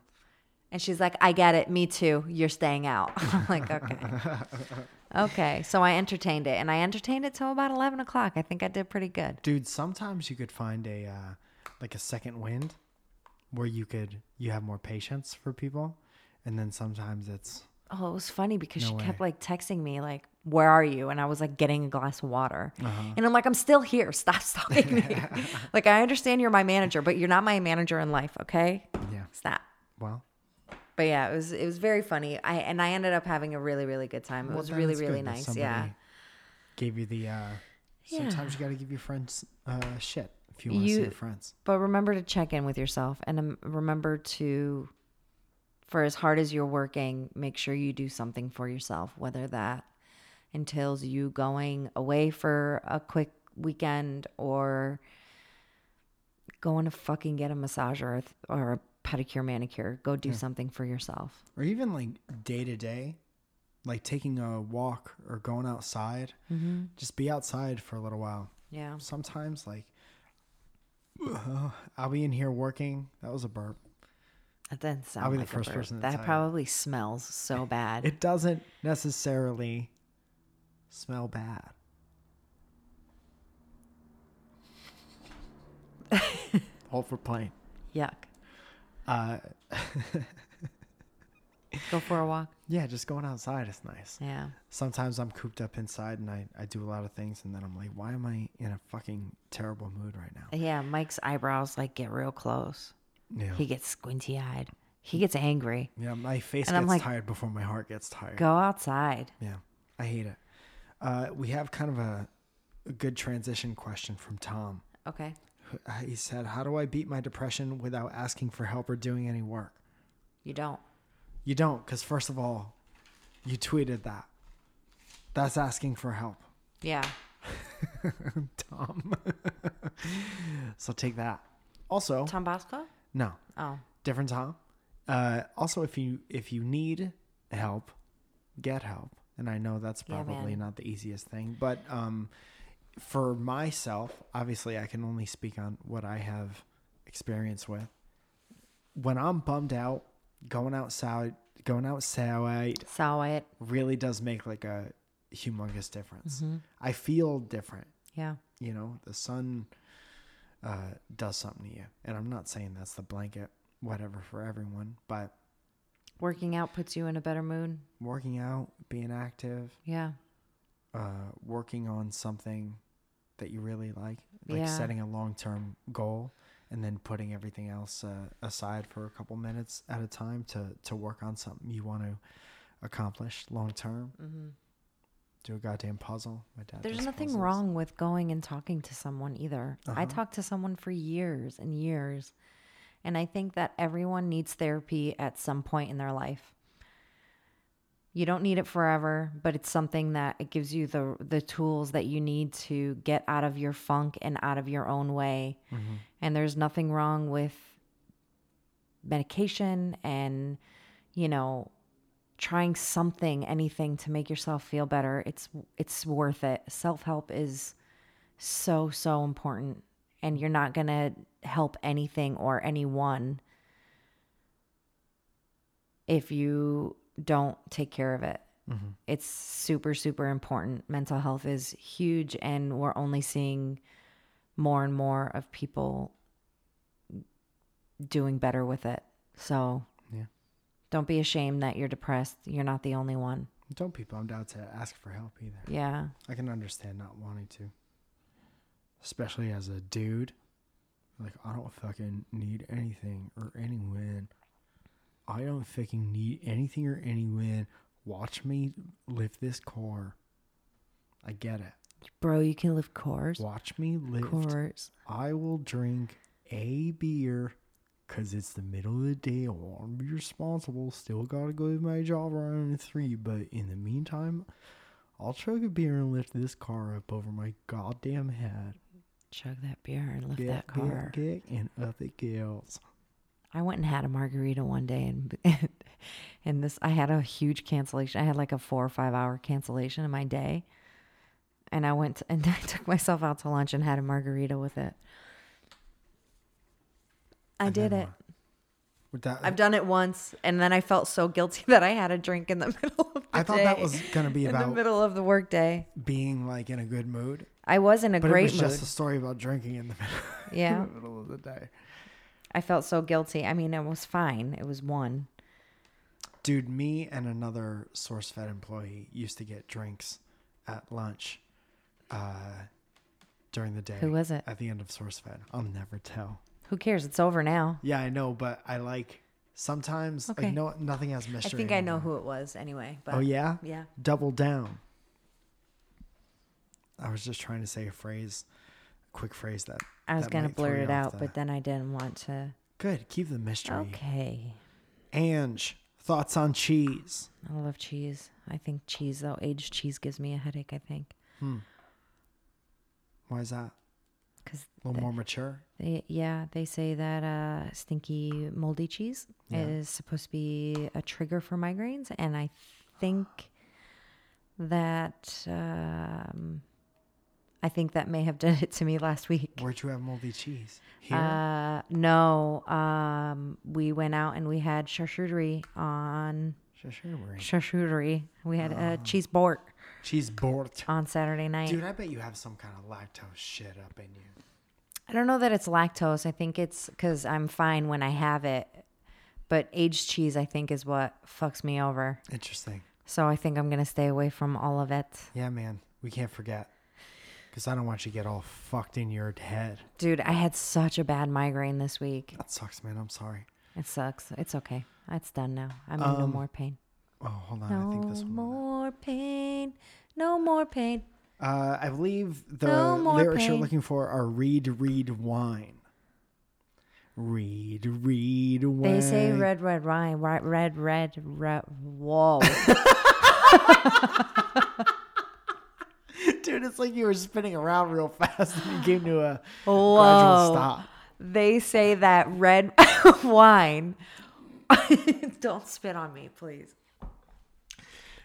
S2: And she's like, "I get it. Me too. You're staying out." I'm like, "Okay." Okay, so I entertained it, and I entertained it till about eleven o'clock. I think I did pretty good.
S1: dude sometimes you could find a uh, like a second wind where you could you have more patience for people and then sometimes it's
S2: oh, it was funny because
S1: No
S2: she
S1: way.
S2: kept like texting me like, "Where are you?" And I was like getting a glass of water,
S1: Uh-huh.
S2: and I'm like, "I'm still here. Stop stalking me." like I understand you're my manager, but you're not my manager in life. Okay,
S1: Yeah.
S2: stop.
S1: Well,
S2: But yeah, it was it was very funny. I and I ended up having a really really good time. It
S1: well,
S2: was
S1: then
S2: really
S1: it's good
S2: really
S1: that
S2: nice.
S1: somebody
S2: Yeah.
S1: Gave you the. Uh, Sometimes you got to give your friends uh, shit if you want to see
S2: You-
S1: your friends.
S2: But remember to check in with yourself and um, remember to, for as hard as you're working, make sure you do something for yourself, whether that entails you going away for a quick weekend or going to fucking get a massage or a, th- or a pedicure, manicure. Go do something for yourself.
S1: or even like day to day, like taking a walk or going outside,
S2: Mm-hmm.
S1: just be outside for a little while.
S2: Yeah.
S1: Sometimes, like, I'll be in here working. That was a burp.
S2: That doesn't sound
S1: I'll be the
S2: like a
S1: first
S2: bird.
S1: person to
S2: That
S1: tell you.
S2: probably smells so bad.
S1: It doesn't necessarily smell bad. Hold for plane.
S2: Yuck.
S1: Uh,
S2: Go for a walk.
S1: yeah, just going outside is nice.
S2: Yeah.
S1: Sometimes I'm cooped up inside and I, I do a lot of things, and then I'm like, why am I in a fucking terrible mood right now?
S2: Yeah. Mike's eyebrows like get real close.
S1: Yeah.
S2: He gets squinty eyed. He gets angry.
S1: Yeah, my face
S2: And
S1: gets
S2: I'm like-
S1: tired before my heart gets tired.
S2: Go outside.
S1: Yeah, I hate it. Uh, we have kind of a, a good transition question from Tom.
S2: Okay.
S1: who- uh, He said, "How do I beat my depression without asking for help or doing any work?"
S2: You don't.
S1: You don't, because first of all, you tweeted that. That's asking for help,
S2: Yeah.
S1: Tom. so take that. Also,
S2: Tom Bosco?
S1: no,
S2: Oh.
S1: different Tom. Uh, also, if you if you need help, get help. And I know that's
S2: Yeah,
S1: probably
S2: man.
S1: not the easiest thing, but um, for myself, obviously, I can only speak on what I have experience with. When I'm bummed out, going outside, going outside
S2: Saw it.
S1: really does make like a humongous difference.
S2: Mm-hmm.
S1: I feel different
S2: Yeah.
S1: you know the sun uh, does something to you and i'm not saying that's the blanket whatever for everyone but
S2: Working out puts you in a better mood.
S1: working out being active
S2: Yeah.
S1: uh, working on something that you really like like
S2: Yeah.
S1: setting a long-term goal and then putting everything else uh, aside for a couple minutes at a time to to work on something you want to accomplish long term do a goddamn puzzle my dad
S2: Mm-hmm. There's
S1: does
S2: nothing
S1: puzzles.
S2: wrong with going and talking to someone either. I
S1: Uh-huh.
S2: talked to someone for years and years. And I think that everyone needs therapy at some point in their life. You don't need it forever, but it's something that it gives you the the tools that you need to get out of your funk and out of your own way.
S1: Mm-hmm.
S2: And there's nothing wrong with medication and you know trying something anything to make yourself feel better it's it's worth it self-help is so so important and you're not going to help anything or anyone if you don't take care of it
S1: Mm-hmm.
S2: it's super super important mental health is huge and we're only seeing more and more of people doing better with it so
S1: Yeah.
S2: don't be ashamed that you're depressed you're not the only one
S1: don't be bummed out to ask for help either
S2: yeah
S1: I can understand not wanting to. Especially as a dude. Like, I don't fucking need anything or anyone. I don't fucking need anything or anyone. Watch me lift this car. I get it.
S2: bro you can lift cores
S1: Watch me lift.
S2: cores
S1: I will drink a beer because it's the middle of the day. I want to be responsible. Still got to go to my job around three. But in the meantime, I'll chug a beer and lift this car up over my goddamn head.
S2: chug that beer and lift
S1: Get,
S2: that car
S1: Get, get, and up it goes.
S2: I went and had a margarita one day, and, and this I had a huge cancellation. I had like a four or five hour cancellation in my day, and I went and I took myself out to lunch and had a margarita with it. I
S1: And
S2: did
S1: then
S2: it.
S1: what? With that,
S2: I've done it once, and then I felt so guilty that I had a drink in the middle of the
S1: I thought that
S2: day,
S1: was going to be
S2: in the
S1: about
S2: middle of the workday.
S1: being like in a good mood.
S2: I was in a
S1: But it
S2: great
S1: was
S2: mood.
S1: just a story about drinking in the middle,
S2: Yeah.
S1: in the middle of the day.
S2: I felt so guilty. I mean, it was fine. It was one.
S1: Dude, me and another SourceFed employee used to get drinks at lunch uh, during the day.
S2: Who was it?
S1: At the end of SourceFed. I'll never tell.
S2: Who cares? It's over now.
S1: Yeah, I know, but I like sometimes
S2: Okay.
S1: like no nothing has mystery.
S2: I think I know
S1: anymore.
S2: who it was anyway. But
S1: Oh yeah?
S2: Yeah.
S1: Double down. I was just trying to say a phrase, a quick phrase that
S2: I was
S1: that
S2: gonna
S1: might throw
S2: blurt
S1: you
S2: it
S1: off
S2: out,
S1: the-
S2: but then I didn't want to.
S1: good. Keep the mystery.
S2: Okay.
S1: Ange, thoughts on cheese?
S2: I love cheese. I think cheese though, aged cheese gives me a headache. I think
S1: Hmm. Why is that?
S2: because
S1: A little more mature.
S2: They, yeah, they say that uh, stinky, moldy cheese is supposed to be a trigger for migraines, and I think that um, I think that may have done it to me last week.
S1: Where'd you have moldy cheese? Here.
S2: Uh, no, um, we went out and we had charcuterie on
S1: Sure, sure, Marie.
S2: charcuterie. We had a cheese board
S1: Cheese board.
S2: on Saturday night.
S1: Oh. Dude, I bet you have some kind of lactose shit up in you.
S2: I don't know that it's lactose. I think it's because I'm fine when I have it. But aged cheese, I think, is what fucks me over.
S1: Interesting.
S2: So I think I'm going to stay away from all of it.
S1: Yeah, man. We can't forget. Because I don't want you to get all fucked in your head.
S2: Dude, I had such a bad migraine this week.
S1: That sucks, man. I'm sorry.
S2: It sucks. It's okay. It's done now. I'm in no more pain.
S1: Oh, hold on. Um, I
S2: No
S1: think this one.
S2: more pain. No more pain.
S1: Uh, I believe the
S2: No more
S1: lyrics you're
S2: pain.
S1: looking for are read, read, wine. Read, read, wine.
S2: They say red, red, wine. Red, red, red, red. Whoa.
S1: Dude, it's like you were spinning around real fast and you came to a gradual
S2: Whoa.
S1: stop.
S2: they say that red wine. Don't spit on me, please.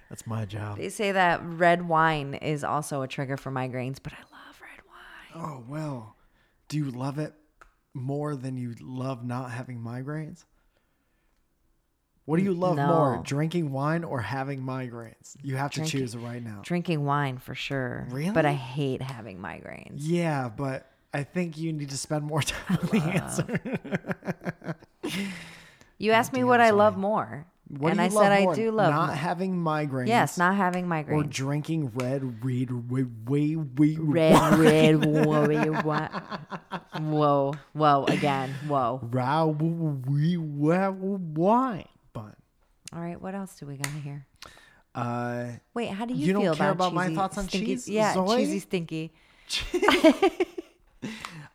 S1: That's my job.
S2: They say that red wine is also a trigger for migraines, but I love red wine.
S1: Oh, well. Do you love it more than you love not having migraines? What do you love more,
S2: no.
S1: drinking wine or having migraines? You have to
S2: Drinking-
S1: choose right now.
S2: Drinking wine for sure. But
S1: Really?
S2: I hate having migraines.
S1: Yeah, but I think you need to spend more time on the answer.
S2: You asked me what I love more.
S1: What
S2: and
S1: do you
S2: I
S1: love
S2: said
S1: more,
S2: I do love
S1: not
S2: mo-
S1: having migraines.
S2: Yes, not having
S1: or
S2: migraines.
S1: drinking red weed, weed, weed, weed,
S2: red, red, warrior wine. Whoa, whoa, again, whoa.
S1: ra- woo- wee- wa- wine bun.
S2: All right, what else do we got here?
S1: Uh,
S2: Wait, how do you,
S1: You don't
S2: feel
S1: care
S2: about,
S1: about my
S2: cheesy,
S1: thoughts on
S2: stinky,
S1: cheese,
S2: Yeah,
S1: Zoe?
S2: cheesy stinky.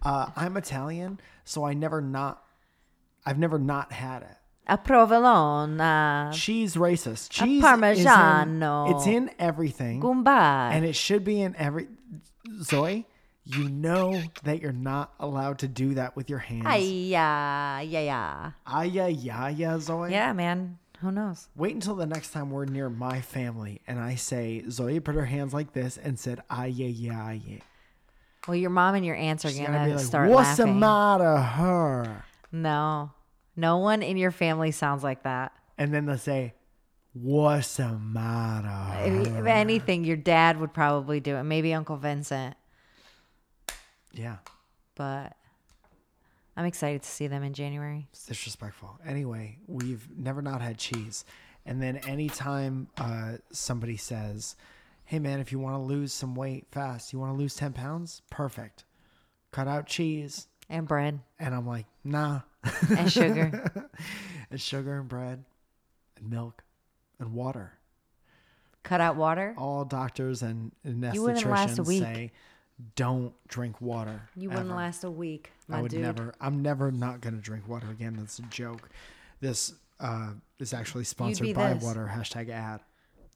S1: uh, I'm Italian, so I never not, I've never not had it.
S2: A provolone, uh,
S1: Cheese racist. Cheese Is in,
S2: Parmigiano.
S1: it's in everything,
S2: gumba.
S1: and it should be in every. Zoe, you know that you're not allowed to do that with your hands.
S2: Ay, yeah, yeah, yeah.
S1: Aya yaya Zoe.
S2: Yeah, man. Who knows?
S1: Wait until the next time we're near my family and I say Zoe put her hands like this and said Aya yaya.
S2: Well, your mom and your aunts are
S1: She's
S2: gonna, start
S1: What's the
S2: laughing.
S1: matter, her?
S2: no, no one in your family sounds like that.
S1: And then they'll say, What's the matter?
S2: If,
S1: her?"
S2: if anything, your dad would probably do it. Maybe Uncle Vincent,
S1: Yeah,
S2: but I'm excited to see them in January.
S1: it's disrespectful. Anyway, we've never not had cheese. And then anytime uh, somebody says, Hey man, if you want to lose some weight fast, you want to lose 10 pounds? Perfect. Cut out cheese.
S2: And bread
S1: And I'm like, Nah.
S2: and sugar.
S1: and sugar and bread and milk and water.
S2: Cut out water.
S1: All doctors and and
S2: wouldn't last a
S1: estheticians
S2: week.
S1: say don't drink water.
S2: You wouldn't
S1: ever.
S2: last a week, my
S1: I would
S2: dude.
S1: never. I'm never not going to drink water again. That's a joke. This uh, is actually
S2: be
S1: sponsored by
S2: this.
S1: water hashtag ad.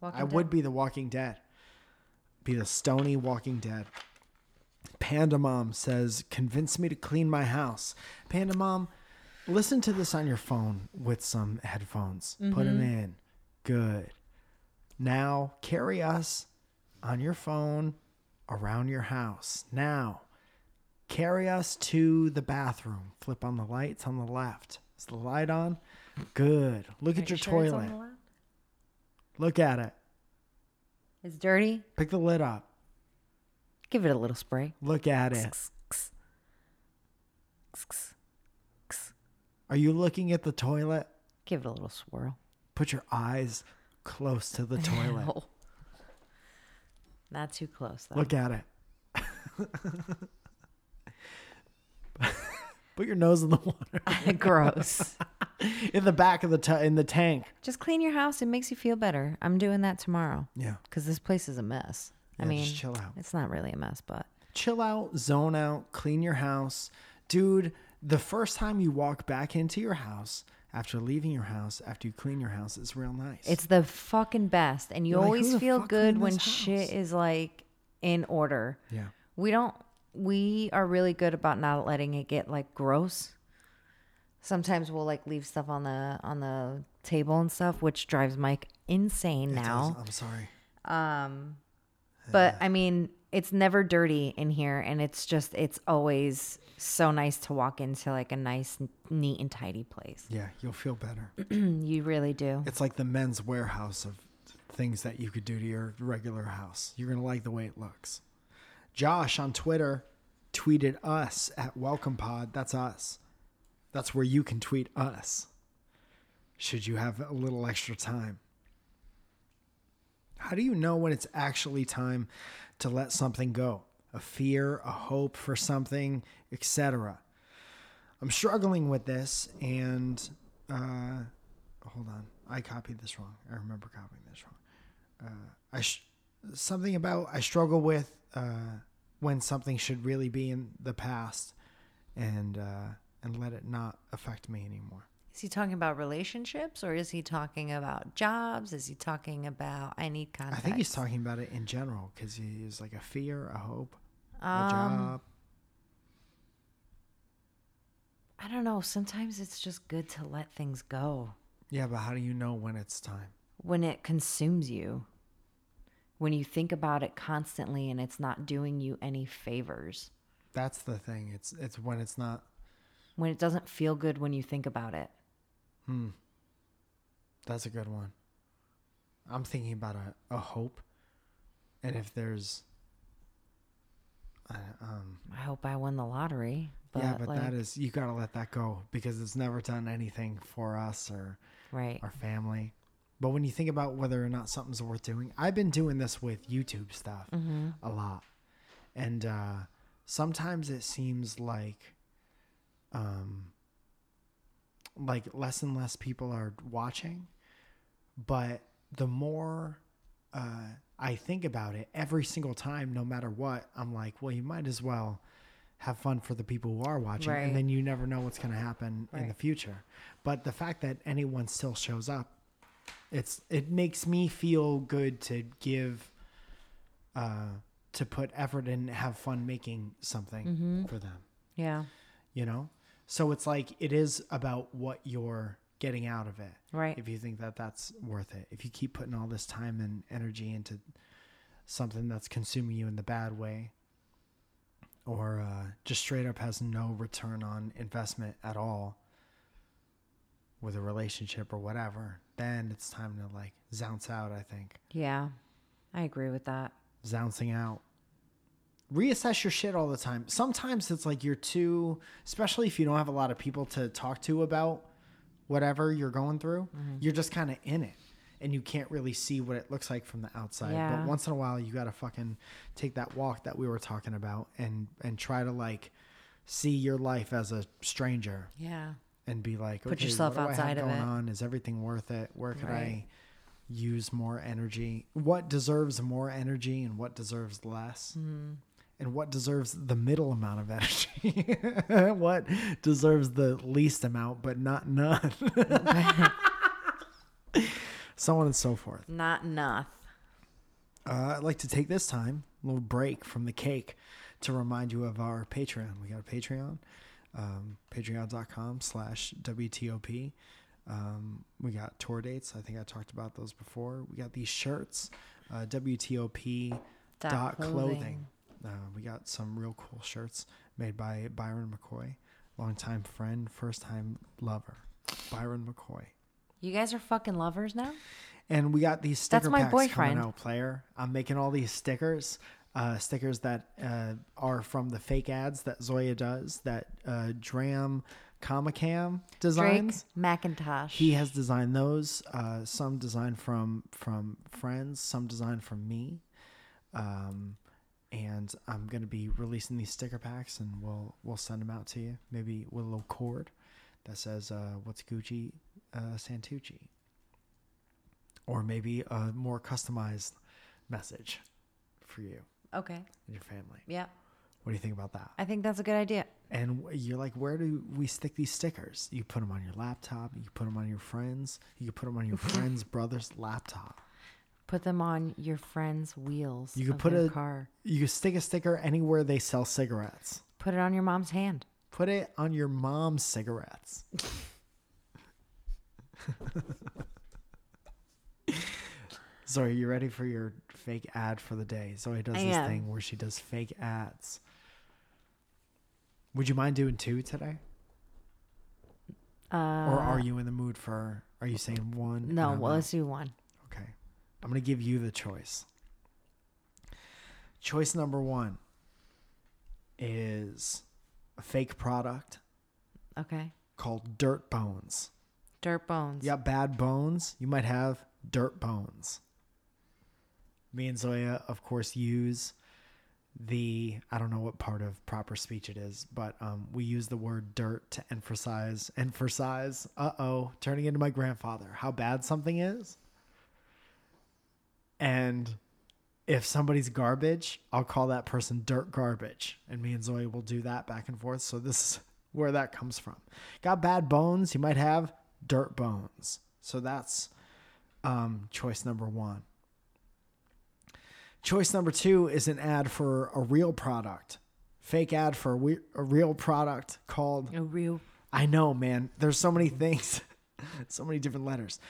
S2: Walking
S1: I
S2: Dead.
S1: would be the Walking Dead. Be the stony Walking Dead. Panda Mom says, "Convince me to clean my house." Panda Mom, listen to this on your phone with some headphones. Put 'em Put them
S2: Mm-hmm.
S1: in. Good. Now carry us on your phone around your house. Now carry us to the bathroom. Flip on the lights on the left. Is the light on? Good. Look at
S2: Are
S1: your
S2: you sure it's on
S1: toilet.
S2: the left?
S1: Look at it.
S2: It's dirty.
S1: Pick the lid up.
S2: Give it a little spray.
S1: Look at it. Are you looking at the toilet?
S2: Give it a little swirl.
S1: Put Put your eyes close to the toilet.
S2: No. Not too close though.
S1: Look at it. Put your nose in the water,
S2: Gross.
S1: in the back of the t- in the tank.
S2: Just clean your house. It makes you feel better. I'm doing that tomorrow
S1: Yeah.
S2: because this place is a mess. I
S1: Yeah,
S2: mean,
S1: just chill out.
S2: It's not really a mess, but
S1: chill out, zone out, clean your house. Dude, the first time you walk back into your house after leaving your house, after you clean your house, it's real nice.
S2: it's the fucking best. And you
S1: You're like,
S2: always
S1: "Who the
S2: feel
S1: fuck
S2: good
S1: cleaned
S2: when
S1: this
S2: shit
S1: house?"
S2: is like in order.
S1: yeah.
S2: We don't. We are really good about not letting it get like gross. Sometimes we'll like leave stuff on the on the table and stuff, which drives Mike insane
S1: It's
S2: now.
S1: awesome. I'm sorry.
S2: But I mean, it's never dirty in here, and it's just it's always so nice to walk into like a nice, neat and tidy place.
S1: Yeah, you'll feel better.
S2: You really do.
S1: It's like the men's warehouse of things that you could do to your regular house. You're going to like the way it looks. Josh on Twitter tweeted us at Welcome Pod. That's us. That's where you can tweet us. Should you have a little extra time? How do you know when it's actually time to let something go? A fear, a hope for something, etc. I'm struggling with this, and uh, hold on, I copied this wrong. I remember copying this wrong. Uh, I sh- something about I struggle with uh, when something should really be in the past, and uh, and let it not affect me anymore.
S2: Is he talking about relationships, or is he talking about jobs? Is he talking about I need
S1: I
S2: contact?
S1: think he's talking about it in general because he's like a fear, a hope, a job.
S2: I don't know. Sometimes it's just good to let things go
S1: Yeah, but how do you know when it's time?
S2: when it consumes you, when you think about it constantly and it's not doing you any favors,
S1: That's the thing. It's it's when it's not.
S2: when it doesn't feel good when you think about it.
S1: That's a good one. I'm thinking about a, a hope, and if there's, I, um,
S2: I hope I won the lottery. But
S1: yeah, but
S2: like,
S1: that is you gotta let that go because it's never done anything for us or
S2: right.
S1: our family. But when you think about whether or not something's worth doing, I've been doing this with YouTube stuff a lot. And uh, sometimes it seems like um, like less and less people are watching. But the more uh, I think about it every single time, no matter what, I'm like, well, you might as well have fun for the people who are watching.
S2: Right.
S1: And then you never know what's going to happen in the
S2: Right.
S1: future. But the fact that anyone still shows up, it's it makes me feel good to give uh to put effort and have fun making something
S2: Mm-hmm.
S1: for them,
S2: Yeah.
S1: you know? So it's like it is about what you're getting out of it.
S2: Right.
S1: If you think that that's worth it. If you keep putting all this time and energy into something that's consuming you in the bad way or uh, just straight up has no return on investment at all with a relationship or whatever, then it's time to like zounce out, I think.
S2: Yeah. I agree with that.
S1: Zouncing out. Reassess your shit all the time. Sometimes it's like you're too, especially if you don't have a lot of people to talk to about whatever you're going through, you're just kind of in it and you can't really see what it looks like from the outside.
S2: Yeah.
S1: But once in a while, you got to fucking take that walk that we were talking about and and try to like see your life as a stranger
S2: Yeah.
S1: and be like, okay,
S2: Put yourself
S1: what do
S2: outside
S1: I
S2: of
S1: have going
S2: it.
S1: on? Is everything worth it? Where could I
S2: Right.
S1: use more energy? What deserves more energy and what deserves less?
S2: Mm-hmm.
S1: And what deserves the middle amount of energy? what deserves the least amount, but not none? so on and so forth.
S2: Not enough.
S1: Uh, I'd like to take this time, a little break from the cake, to remind you of our Patreon. We got a Patreon, um, patreon.com slash WTOP. Um, we got tour dates. I think I talked about those before. We got these shirts, uh, WTOP dot
S2: Dot
S1: clothing.
S2: clothing.
S1: Uh, we got some real cool shirts made by Byron McCoy, longtime friend, first time lover. Byron McCoy.
S2: You guys are fucking lovers now?
S1: And we got these sticker
S2: That's my
S1: packs
S2: boyfriend.
S1: coming out, player. I'm making all these stickers, uh, stickers that uh, are from the fake ads that Zoya does, that uh, Dram Comicam
S2: Drake
S1: designs.
S2: McIntosh.
S1: He has designed those. Uh, some designed from from friends. Some designed from me. Um, and I'm gonna be releasing these sticker packs, and we'll we'll send them out to you. Maybe with a little cord that says uh, "What's Gucci uh, Santucci," or maybe a more customized message for you
S2: okay.
S1: and your family.
S2: Yeah.
S1: What do you think about that?
S2: I think that's a good idea.
S1: And w- you're like, where do we stick these stickers? You put them on your laptop. You put them on your friends. You could put them on your friend's brother's laptop.
S2: Put them on your friend's wheels.
S1: You could
S2: of
S1: put
S2: their
S1: a-
S2: car.
S1: You could stick a sticker anywhere they sell cigarettes.
S2: Put it on your mom's hand.
S1: Put it on your mom's cigarettes. Sorry, you ready for your fake ad for the day? Zoe does
S2: I
S1: this
S2: am.
S1: thing where she does fake ads. Would you mind doing two today?
S2: Uh,
S1: or are you in the mood for are you saying one and
S2: no,
S1: I'm
S2: well,
S1: out?
S2: let's do one.
S1: okay i'm gonna give you the choice choice number one is a fake product
S2: Okay.
S1: called dirt bones
S2: Dirt bones.
S1: you got bad bones you might have dirt bones me and zoya of course use the i don't know what part of proper speech it is but um, we use the word dirt to emphasize emphasize uh-oh turning into my grandfather how bad something is and if somebody's garbage i'll call that person dirt garbage and me and zoe will do that back and forth so this is where that comes from got bad bones you might have dirt bones so that's um, choice number one Choice number two is an ad for a real product, fake ad for a, we- a real product called.
S2: A real.
S1: I know, man. There's so many things, so many different letters.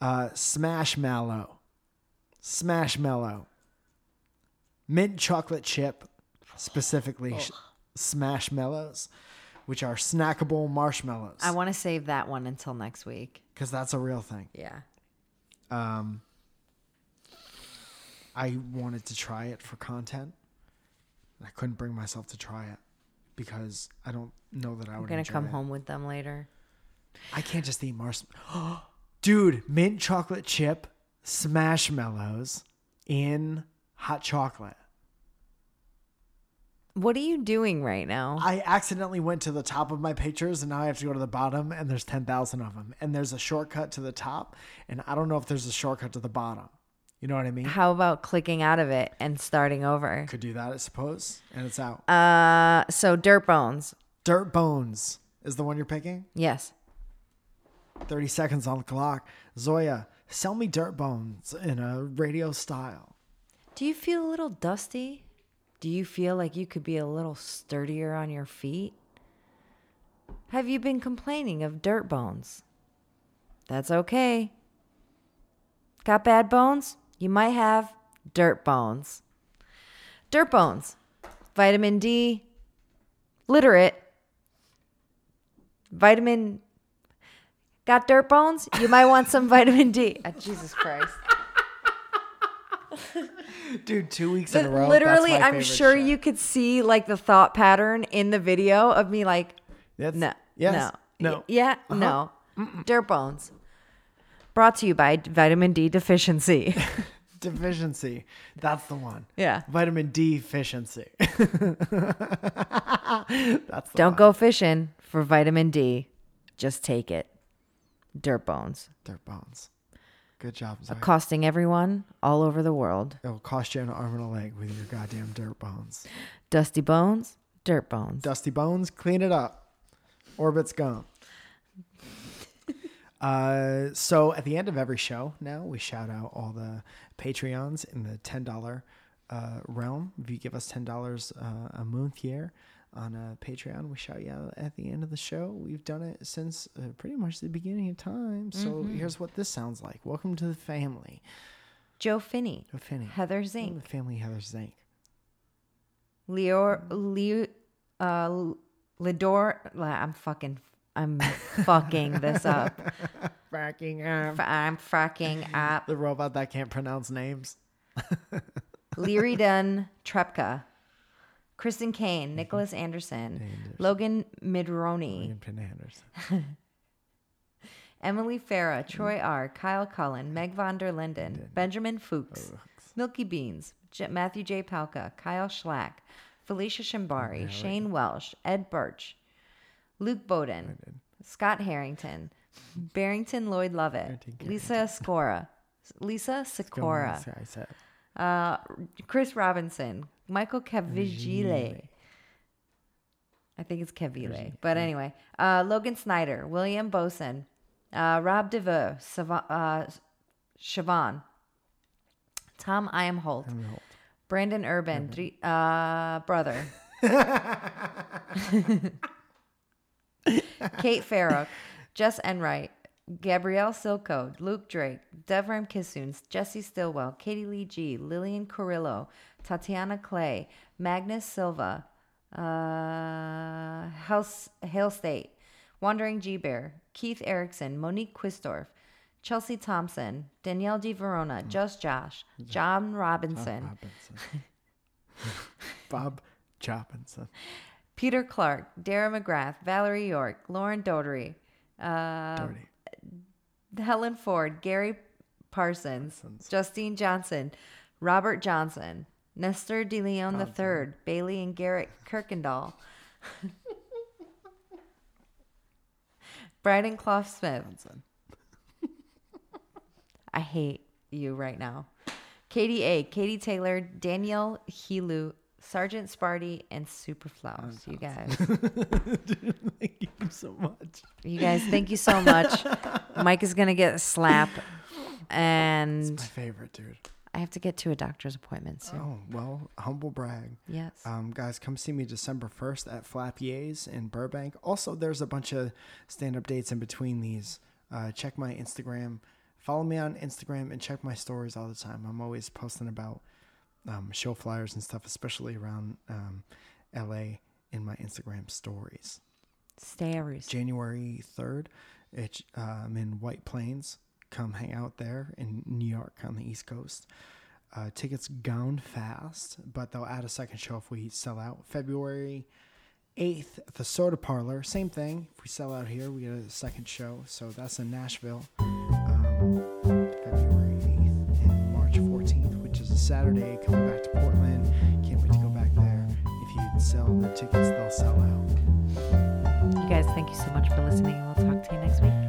S1: Uh, Smash Mallow, Smash Mallow, mint chocolate chip, specifically
S2: Oh.
S1: sh- Smash Mellows, which are snackable marshmallows,
S2: I want to save that one until next week.
S1: because that's a real thing.
S2: Yeah.
S1: I wanted to try it for content. and I couldn't bring myself to try it because I don't know that I would.
S2: I'm going to
S1: enjoy
S2: come
S1: it.
S2: home with them later.
S1: I can't just eat marshmallows. Dude, mint chocolate chip smashmallows in hot chocolate.
S2: What are you doing right now?
S1: I accidentally went to the top of my pictures and now I have to go to the bottom and there's 10,000 of them. And there's a shortcut to the top and I don't know if there's a shortcut to the bottom. You know what I mean?
S2: How about clicking out of it and starting over?
S1: Could do that, I suppose. And it's out.
S2: Uh, so dirt bones.
S1: Dirt Bones is the one you're picking.
S2: Yes.
S1: 30 seconds on the clock. Zoya, sell me dirt bones in a radio style.
S2: Do you feel a little dusty? Do you feel like you could be a little sturdier on your feet? Have you been complaining of dirt bones? That's okay. Got bad bones? You might have dirt bones. Dirt bones, vitamin D, literate, vitamin. Got dirt bones? You might want some vitamin D. Ah, Jesus Christ.
S1: Dude, two weeks in a row. that's
S2: literally
S1: my
S2: i'm
S1: favorite
S2: sure
S1: shit.
S2: you could see like the thought pattern in the video of me like
S1: That's,
S2: no
S1: Yes. No.
S2: no
S1: Uh-huh.
S2: Y- yeah no dirt bones brought to you by d- vitamin d deficiency
S1: Deficiency. That's the one.
S2: yeah
S1: Vitamin D deficiency. that's the
S2: don't go fishing for vitamin d just take it dirt bones
S1: dirt bones. Good job, Zoya.
S2: costing everyone all over the world
S1: It'll cost you an arm and a leg with your goddamn dirt bones.
S2: dusty bones dirt bones
S1: Dusty bones, clean it up. Orbit's gone. Uh, so at the end of every show, now we shout out all the Patreons in the ten dollar uh, realm. If you give us ten dollars uh, a month here on uh, Patreon, we shout you out at the end of the show. We've done it since uh, pretty much the beginning of time. So here's what this sounds like. Welcome to the family,
S2: joe finney
S1: Joe Finney,
S2: heather zink
S1: family Heather Zink,
S2: Leor, Leo, uh, Lidor. la- I'm fucking, I'm fucking this up.
S1: fracking up.
S2: F- I'm fucking up.
S1: the robot that can't pronounce names.
S2: Leary Dunn Trepka, Kristen Kane, Nicholas Anderson, Logan Midroney,
S1: Ian Pena Anderson.
S2: Emily Farah, Troy R., Kyle Cullen, Meg von der Mm. Linden, Benjamin Fuchs, Milky Beans, J- Matthew J. Palka, Kyle Schlack, Felicia Shimbari, Shane Welsh, Ed Birch, Luke Bowden, Scott Harrington, Barrington Lloyd Lovett,
S1: Barrington
S2: Lisa Escora, Lisa Sikora,
S1: Sorry, I said.
S2: uh, Chris Robinson, Michael Cavigile. I think it's Cavile. But anyway, uh, Logan Snyder, William Boson, uh, Rob DeVoe, Sav- uh, Siobhan, Tom Iamholt,
S1: I'm old.
S2: Brandon Urban, three, uh, brother. Kate Farrow, Jess Enright, Gabrielle Silko, Luke Drake, Devram Kissoons, Jesse Stillwell, Katie Lee G, Lillian Carrillo, Tatiana Clay, Magnus Silva, uh, House, Hale State, Wandering G Bear, Keith Erickson, Monique Quistorf, Chelsea Thompson, Danielle Di Verona, Just Josh, John Robinson,
S1: Robinson. Bob Jobinson.
S2: Peter Clark, Dara McGrath, Valerie York, Lauren Doherty, uh,
S1: Dirty.
S2: Helen Ford, Gary Parsons,
S1: Parsons.
S2: Justine Johnson, Robert Johnson, Nestor De Leon III, Bailey and Garrett Kirkendall, Bryden Clough Smith.
S1: Johnson.
S2: I hate you right now. Katie A, Katie Taylor, Danielle Helu, Sergeant Sparty, and Superflow. You guys.
S1: Thank you so much.
S2: You guys, thank you so much. Mike is gonna get a slap, and
S1: My favorite, dude.
S2: I have to get to a doctor's appointment soon.
S1: Oh, well, humble brag.
S2: Yes.
S1: Um, guys, come see me December 1st at Flap Yeas in Burbank. Also, there's a bunch of stand up dates in between these. Uh, check my Instagram. Follow me on Instagram and check my stories all the time. I'm always posting about um, show flyers and stuff, especially around um, LA in my Instagram stories.
S2: Stairs.
S1: January 3rd, it's, uh, I'm in White Plains. Come hang out there in New York on the East Coast. Uh, tickets gone fast, but they'll add a second show if we sell out. February 8th at the Soda Parlor. Same thing. If we sell out here, we get a second show. So that's in Nashville. Um, February 8th and March 14th, which is a Saturday, coming back to Portland. Can't wait to go back there. If you sell the tickets, they'll sell out.
S2: You guys, thank you so much for listening. We'll talk to you next week.